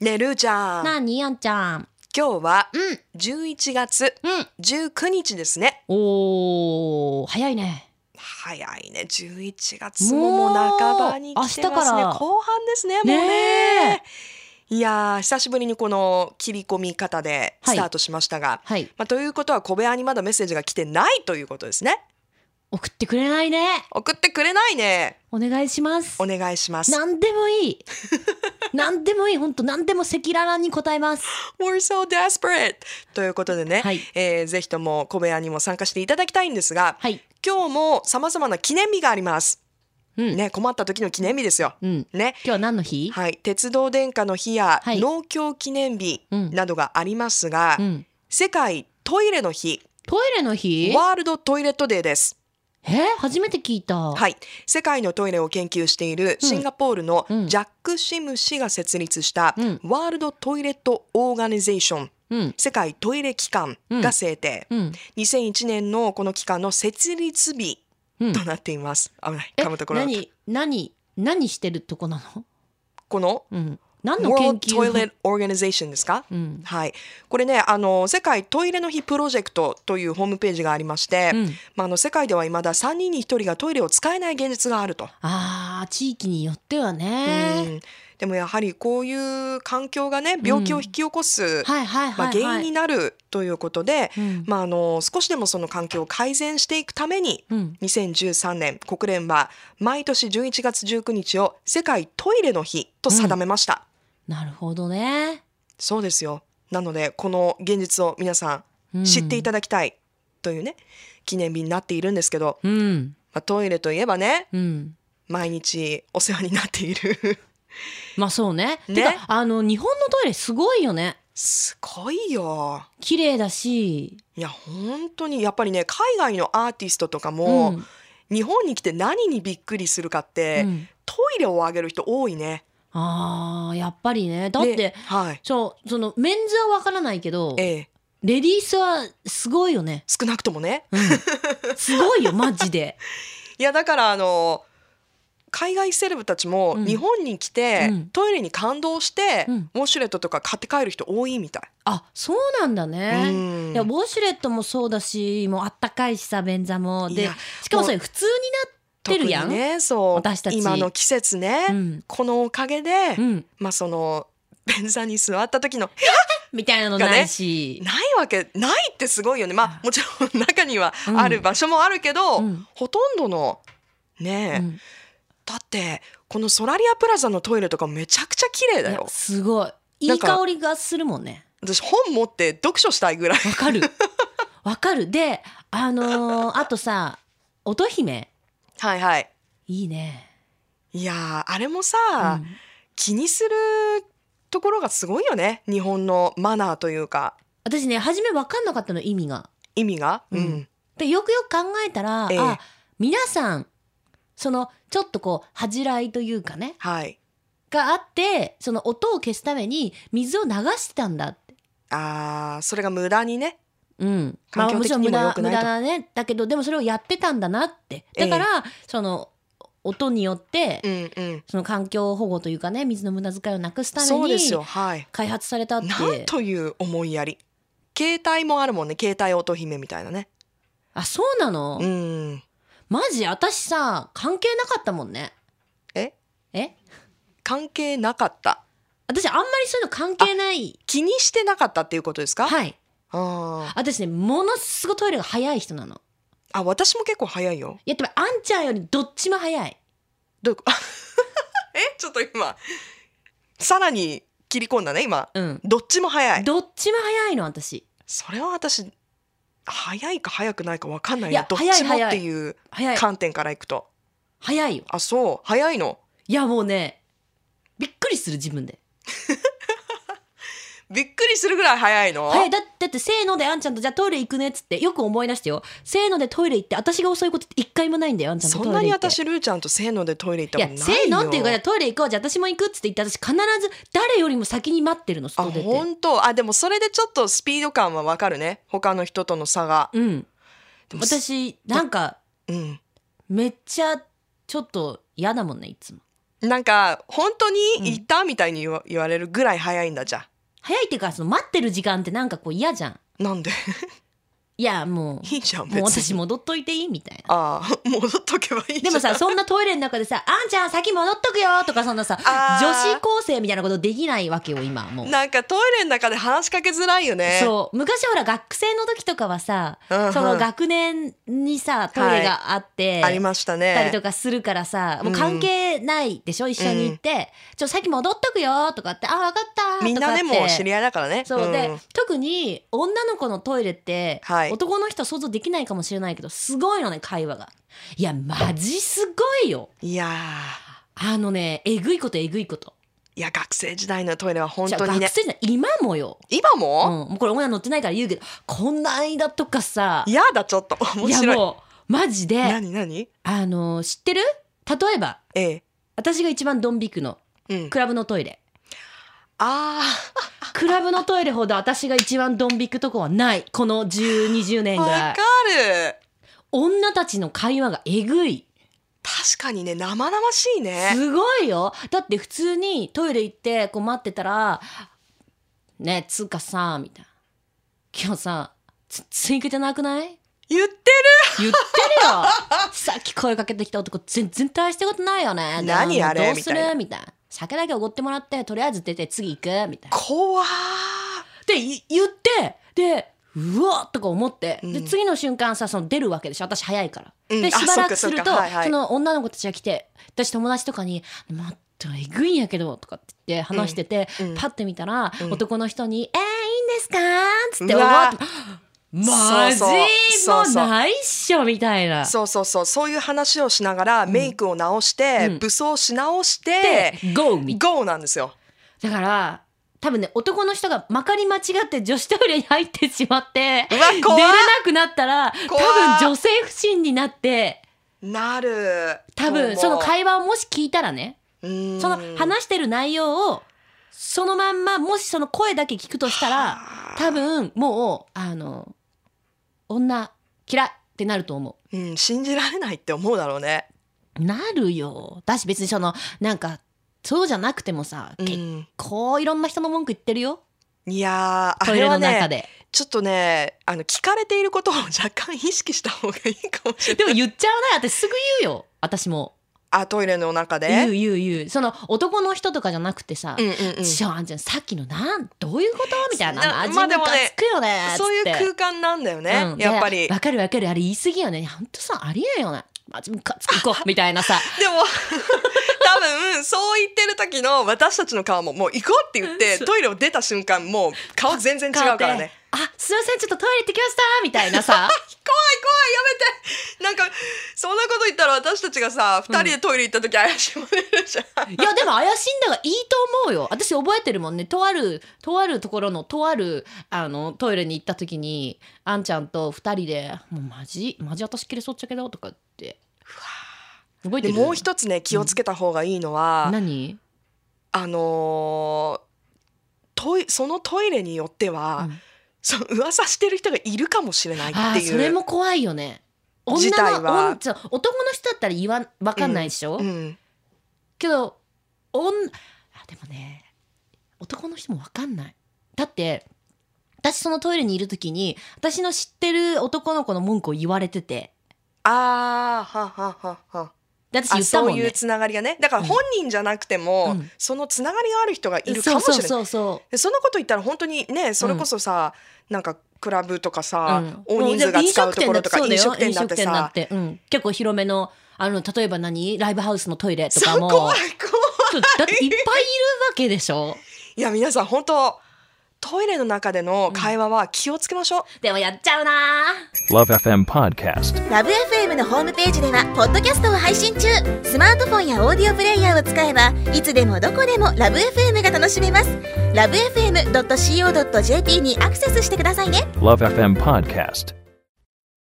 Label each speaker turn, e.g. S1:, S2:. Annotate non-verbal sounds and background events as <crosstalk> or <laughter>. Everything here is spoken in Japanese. S1: ねるちゃん
S2: なにやんちゃん。
S1: 今日は
S2: うん。
S1: 11月
S2: うん。
S1: 19日ですね
S2: おー、早いね。
S1: 早いね11月ももう半ばに来て
S2: もう明
S1: ま
S2: 日
S1: す
S2: か
S1: ね
S2: ら
S1: 後半ですねもうね
S2: ね
S1: いやー久しぶりにこの切り込み方でスタートしましたが、
S2: はい。
S1: まあ、ということは小部屋にまだメッセージが来てないということですね
S2: 送ってくれないね。
S1: 送ってくれないね
S2: お願いします
S1: お。願いします
S2: なんでもいい。 <laughs> なんでもいい。本当なんでも赤裸々に答えます。
S1: We're so desperate ということでね、
S2: はい
S1: えーぜひとも小部屋にも参加していただきたいんですが、
S2: はい。
S1: 今日もさまざまな記念日があります、
S2: うん
S1: ね困った時の記念日ですよ、
S2: うん。今
S1: ね
S2: 日は何の日？
S1: はい、鉄道殿下の日や
S2: はい
S1: 農協記念日
S2: うん
S1: などがありますが、
S2: うん。
S1: 世界トイレの日
S2: トイレの日？
S1: ワールドトイレットデーです、
S2: えー、初めて聞いた。
S1: はい、世界のトイレを研究しているシンガポールの
S2: うん
S1: ジャック・シム氏が設立した
S2: うん
S1: ワールドトイレット・オーガニゼーション
S2: うん。
S1: 世界トイレ機関が制定、
S2: うん。
S1: 2001年のこの機関の設立日
S2: うん
S1: となっています危ない
S2: え
S1: 噛むところだった
S2: 何何何してるとこなの？
S1: この
S2: うん。何の研
S1: World
S2: 究？
S1: Toilet Organization ですか
S2: うん。
S1: はい、これねあの世界トイレの日プロジェクトというホームページがありまして、
S2: うん。
S1: まあ、あの世界ではいまだ3人に1人がトイレを使えない現実があると。
S2: ああ、地域によっては
S1: う
S2: ね。
S1: んでもやはりこういう環境がね病気を引き起こす、
S2: は
S1: ま
S2: いはい
S1: あ、
S2: はいはい。
S1: 原因になるということで、
S2: うん
S1: まあ、あの少しでもその環境を改善していくために
S2: うん。
S1: 2013年国連は毎年11月19日を世界トイレの日と定めました。
S2: なるほどね。
S1: そうですよなのでこの現実を皆さん
S2: うん
S1: 知っていただきたいというね、記念日になっているんですけど、
S2: うん。
S1: まあ、トイレといえばね
S2: うん。
S1: 毎日お世話になっている <laughs>
S2: まあそうね。
S1: ね
S2: てか、あの、日本のトイレすごいよね。
S1: すごいよ
S2: 綺麗だし。
S1: いや本当にやっぱりね海外のアーティストとか
S2: う
S1: も、
S2: ん。
S1: 日本に来て何にびっくりするかって、
S2: うん
S1: トイレをあげる人多いね。
S2: ああ、やっぱりね。だっ
S1: で
S2: て、
S1: はい
S2: そう、その、メンズはわからないけど、
S1: え
S2: レ
S1: え
S2: ディースはすごいよね。
S1: 少なくともね
S2: うん。すごいよ、マジで。
S1: いやだからあの海外セレブたちも
S2: うん
S1: 日本に来て、
S2: うん
S1: トイレに感動して、
S2: うん
S1: ウォシュレットとか買って帰る人多いみたい。
S2: あ、そうなんだね。
S1: うん
S2: いやウォシュレットもそうだしもうあったかいしさ便座も
S1: い
S2: で
S1: や
S2: しかもそれ普通になってるやん、
S1: 特にねそう
S2: 私たち
S1: 今の季節ね、
S2: うん
S1: このおかげで、
S2: うん、
S1: まあその便座に座った時の
S2: みたいなのないし、
S1: ないわけないってすごいよねまあもちろん中にはある場所もあるけど、
S2: うん
S1: ほとんどのねえ、
S2: うんい
S1: だってこのソラリアプラザのトイレとかめちゃくちゃ綺麗だ
S2: や
S1: よ
S2: すごいい
S1: ないんか
S2: 香りがするもんね
S1: 私本持って読書したいぐらい <laughs>
S2: わかるわかるであのーあとさ乙姫
S1: はいはい
S2: いいね、
S1: いやーあれもさ、
S2: うん
S1: 気にするところがすごいよね日本のマナーというか
S2: 私ね初めわかんなかったの意味が
S1: 意味が、
S2: うんでよくよく考えたら、
S1: ええ
S2: あ皆さんそのちょっとこう恥じらいというかね
S1: はい
S2: があってその音を消すために水を流してたんだって。
S1: あーそれが無駄にね
S2: うん、
S1: 環境的にも
S2: まあ
S1: 良く
S2: ちろん
S1: な
S2: 無
S1: い
S2: 駄
S1: と
S2: 無駄だねだけどでもそれをやってたんだなってだから、その音によって、
S1: うんうん
S2: その環境保護というかね水の無駄遣いをなくすた
S1: そう
S2: め
S1: です
S2: に
S1: よはい
S2: 開発されたって
S1: なんという思いやり携帯もあるもんね携帯乙姫みたいなね
S2: あそうなの、
S1: うん
S2: マジ私さ関係なかったもんね
S1: え
S2: え
S1: 関係なかった
S2: 私あんまりそういうの関係ない
S1: 気にしてなかったっていうことですか、
S2: はい
S1: あー
S2: 私ねものすごいトイレが早い人なの
S1: あ私も結構早いよ
S2: いやでもあんちゃんよりどっちも早い
S1: どういうこと <laughs> えちょっと今さらに切り込んだね今
S2: うん
S1: どっちも早い
S2: どっちも早いの私
S1: それは私早いか早くないか分かんない
S2: い
S1: よ
S2: や
S1: どっ
S2: 早い
S1: ちも
S2: 早い
S1: っていう
S2: 早い
S1: 観点からいくと
S2: 早いよ
S1: あそう早いの
S2: いやもうねびっくりする自分で
S1: びっくりするぐらい早いの
S2: 早いだだってせーのであんちゃんとじゃあトイレ行くねっつってよく思い出してよせーのでトイレ行って私が遅いことって一回もないんだよあんちゃんと
S1: そ
S2: ト
S1: ん
S2: イレ
S1: なに
S2: 行って
S1: 私ルーちゃんとせーのでトイレ行った
S2: い
S1: こ
S2: や
S1: とないよ
S2: せーのっていうかじゃあトイレ行こうじゃあ私も行くっつって言って私必ず誰よりも先に待ってるの
S1: あ
S2: 外出て
S1: 本当あでもそれでちょっとスピード感はわかるね他の人との差が、
S2: うん
S1: でも
S2: 私なんか
S1: うん
S2: めっちゃちょっと嫌だもんねいつも
S1: なんか本当に行ったみたいに言わ言われるぐらい早いんだじゃ
S2: 早いっていうかその待ってる時間ってなんかこう嫌じゃん
S1: あなんで <laughs>
S2: いやも
S1: いいじゃん
S2: うもう私
S1: も
S2: 戻っといていいみ
S1: <laughs>
S2: たいな
S1: ああ戻っとけばいいじゃん
S2: でもさそんなトイレの中でさ「あんちゃん先戻っとくよ」とかそんなさ
S1: あ
S2: 女
S1: ー
S2: 子高生みたいなことできないわけよ今もう。
S1: なんかトイレの中で話しかけづらいよね
S2: そう昔ほら学生の時とかはさ、
S1: うんうん
S2: その学年にさトイレがあって、
S1: ありましたね
S2: たりとかするからさもう関係ないでしょ、一緒に行って、ちょっと先戻っとくよとかってあ分かった
S1: みんなね
S2: とかって
S1: もう知り合いだからね
S2: そうで、
S1: ん
S2: 特に女の子のトイレって、
S1: はい
S2: 男の人は想像できないかもしれないけどすごいのね会話がいやマジすごいよ
S1: いやー
S2: あのねえぐいことえぐいこと
S1: いや学生時代のトイレは本
S2: じゃ
S1: 当
S2: あ
S1: に
S2: 学
S1: ね
S2: 生じゃない今もよ、
S1: 今
S2: うん、
S1: も、
S2: もうこれ親乗ってないから言うけどこんな間とかさ
S1: 嫌だちょっと <laughs> 面白い
S2: やもうマジで
S1: 何何
S2: あの知ってる例えば
S1: ええ
S2: 私が一番ドン引くの
S1: うん
S2: クラブのトイレ
S1: あ
S2: クラブのトイレほど私が一番ドン引くとこはないこの1020
S1: ー
S2: 年
S1: わ
S2: ぐら
S1: か
S2: い
S1: る
S2: 女たちの会話がえぐい
S1: 確かにね生々しいね
S2: すごいよだって普通にトイレ行ってこう待ってたら「ねえつうかさ」みたいな「今日さつ追加じゃなくない?」
S1: 言って <laughs>
S2: 言ってるよさっき声かけてきた男全然大したことないよねで
S1: 何あれ
S2: どうす
S1: みたいな
S2: るみたいな酒だけおごってもらってとりあえず出て次行くみたいな
S1: 怖ー
S2: でい言ってでうわっとか思って、
S1: うん
S2: で次の瞬間さその出るわけでしょ私早いから、
S1: うん
S2: で
S1: あ
S2: しばらくす
S1: そっ
S2: る
S1: かそっか
S2: とそ,、
S1: はいはい
S2: の女の子たちが来て私友達とかに「もっとえぐいんやけど」とかって言って話してて、
S1: うんうん
S2: パッて見たら、
S1: うん
S2: 男の人に「えー、いいんですか?」っつって
S1: う
S2: お
S1: わ
S2: わって「マジ
S1: そうそうそうそう
S2: もうないっしょ」みたいな。
S1: そうそうそうそういう話をしながらメイクを直して、
S2: うん
S1: 武装し直し
S2: で
S1: て、
S2: ゴーみたい
S1: ゴーなんですよ
S2: なだから多分ね男の人がまかり間違って女子トイレに入ってしまって
S1: うわ
S2: 出
S1: 怖
S2: れ
S1: っ
S2: なくなったら多
S1: 怖っ
S2: 分女性不信になって
S1: なる
S2: 多分
S1: と
S2: そ
S1: 思
S2: の
S1: う
S2: 会話をもし聞いたらね
S1: うん
S2: その話してる内容をそのまんまもしその声だけ聞くとしたら
S1: はあ
S2: 多分もうあの女嫌いってなると思
S1: うん、信じられないって思うだろうね。
S2: うなるよだし別にそのなんかそうじゃなくてもさ、
S1: う
S2: 結
S1: ん、
S2: 構いろんな人の文句言ってるよ
S1: いやーあ
S2: トイ
S1: れ
S2: レ
S1: は
S2: の中
S1: ね
S2: で、
S1: ちょっとねあの聞かれていることを若干意識した方がいいかもしれない。
S2: でも言っちゃわない私すぐ言うよ私も
S1: あトイレの中
S2: 言う
S1: で。
S2: 言う言うその男の人とかじゃなくてさ
S1: うんうんう
S2: 「
S1: ん、
S2: ちょあんちゃんさっきのなんどういうこと?」みたいな
S1: な
S2: 「味
S1: まあ
S2: ム
S1: でも
S2: カ
S1: ね
S2: つくよね」
S1: そういう
S2: つって
S1: 空間なんだよね、
S2: うん
S1: やっぱり。
S2: わかるわかるあれ言い過ぎよねほんとさありえんよねマジムカつくこうみたいなさ
S1: で
S2: <laughs>
S1: も多分そう言ってる時の私たちの顔ももう行こうって言って
S2: そう
S1: トイレを出た瞬間もう顔全 <laughs> 然違うからね。
S2: 「あすいませんちょっとトイレ行ってきました」みたいな
S1: <laughs>
S2: さ
S1: 怖い怖いやめてなんかそんなこと言ったら私たちがさ二人でトイレ行った時怪しまれるじゃん。
S2: いやでも怪しんだがいいと思うよ私覚えてるもんねとあるとあるところのとあるあのトイレに行った時にあんちゃんと2人で「もうマジマジ私切れそうっちゃけど」とかって覚えて
S1: で
S2: る
S1: もう一つね気をつけた方がいいのは、
S2: 何、
S1: あのートイそのトイレによっては、
S2: うん
S1: その噂してる人がいるかもしれない
S2: あ
S1: って
S2: ー
S1: いう
S2: それも怖いよね女
S1: 事態は
S2: の女ちょ男の人だったら言わんわかんないでしょ、
S1: うん、
S2: けど女あでもね男の人もわかんないだって私そのトイレにいる時に私の知ってる男の子の文句を言われてて
S1: あーはははは
S2: で私
S1: あ
S2: 言った
S1: そ
S2: も
S1: うんいう
S2: ね
S1: つながりがねだから本人じゃなくても、
S2: うん
S1: そのつながりがある人がいるかもしれ
S2: そ
S1: ない
S2: うそうそうそ
S1: でそのこと言ったら本当にねそれこそさ、なんかクラブとかさ、
S2: う、うん、
S1: 大人数が使うところとか
S2: もう
S1: 飲
S2: 飲食
S1: 食
S2: 店
S1: 店
S2: だ
S1: だ
S2: っ
S1: っててさ
S2: そうだよ飲食店だって、うん、結構広めのあの例えば何ライブハウスのトイレとか
S1: そう
S2: も
S1: 怖い怖い <laughs>
S2: そうだっていっぱいいるわけでしょ
S1: いや皆さん本当トイレの中での会話は気をつけましょう、
S2: でもやっちゃうな
S3: Love FM Podcast.
S4: ラブ f m のホームページではポッドキャストを配信中スマートフォンやオーディオプレイヤーを使えばいつでもどこでもラブ f m が楽しめますラブ FM.co.jp にアクセスしてくださいね
S3: Love FM Podcast.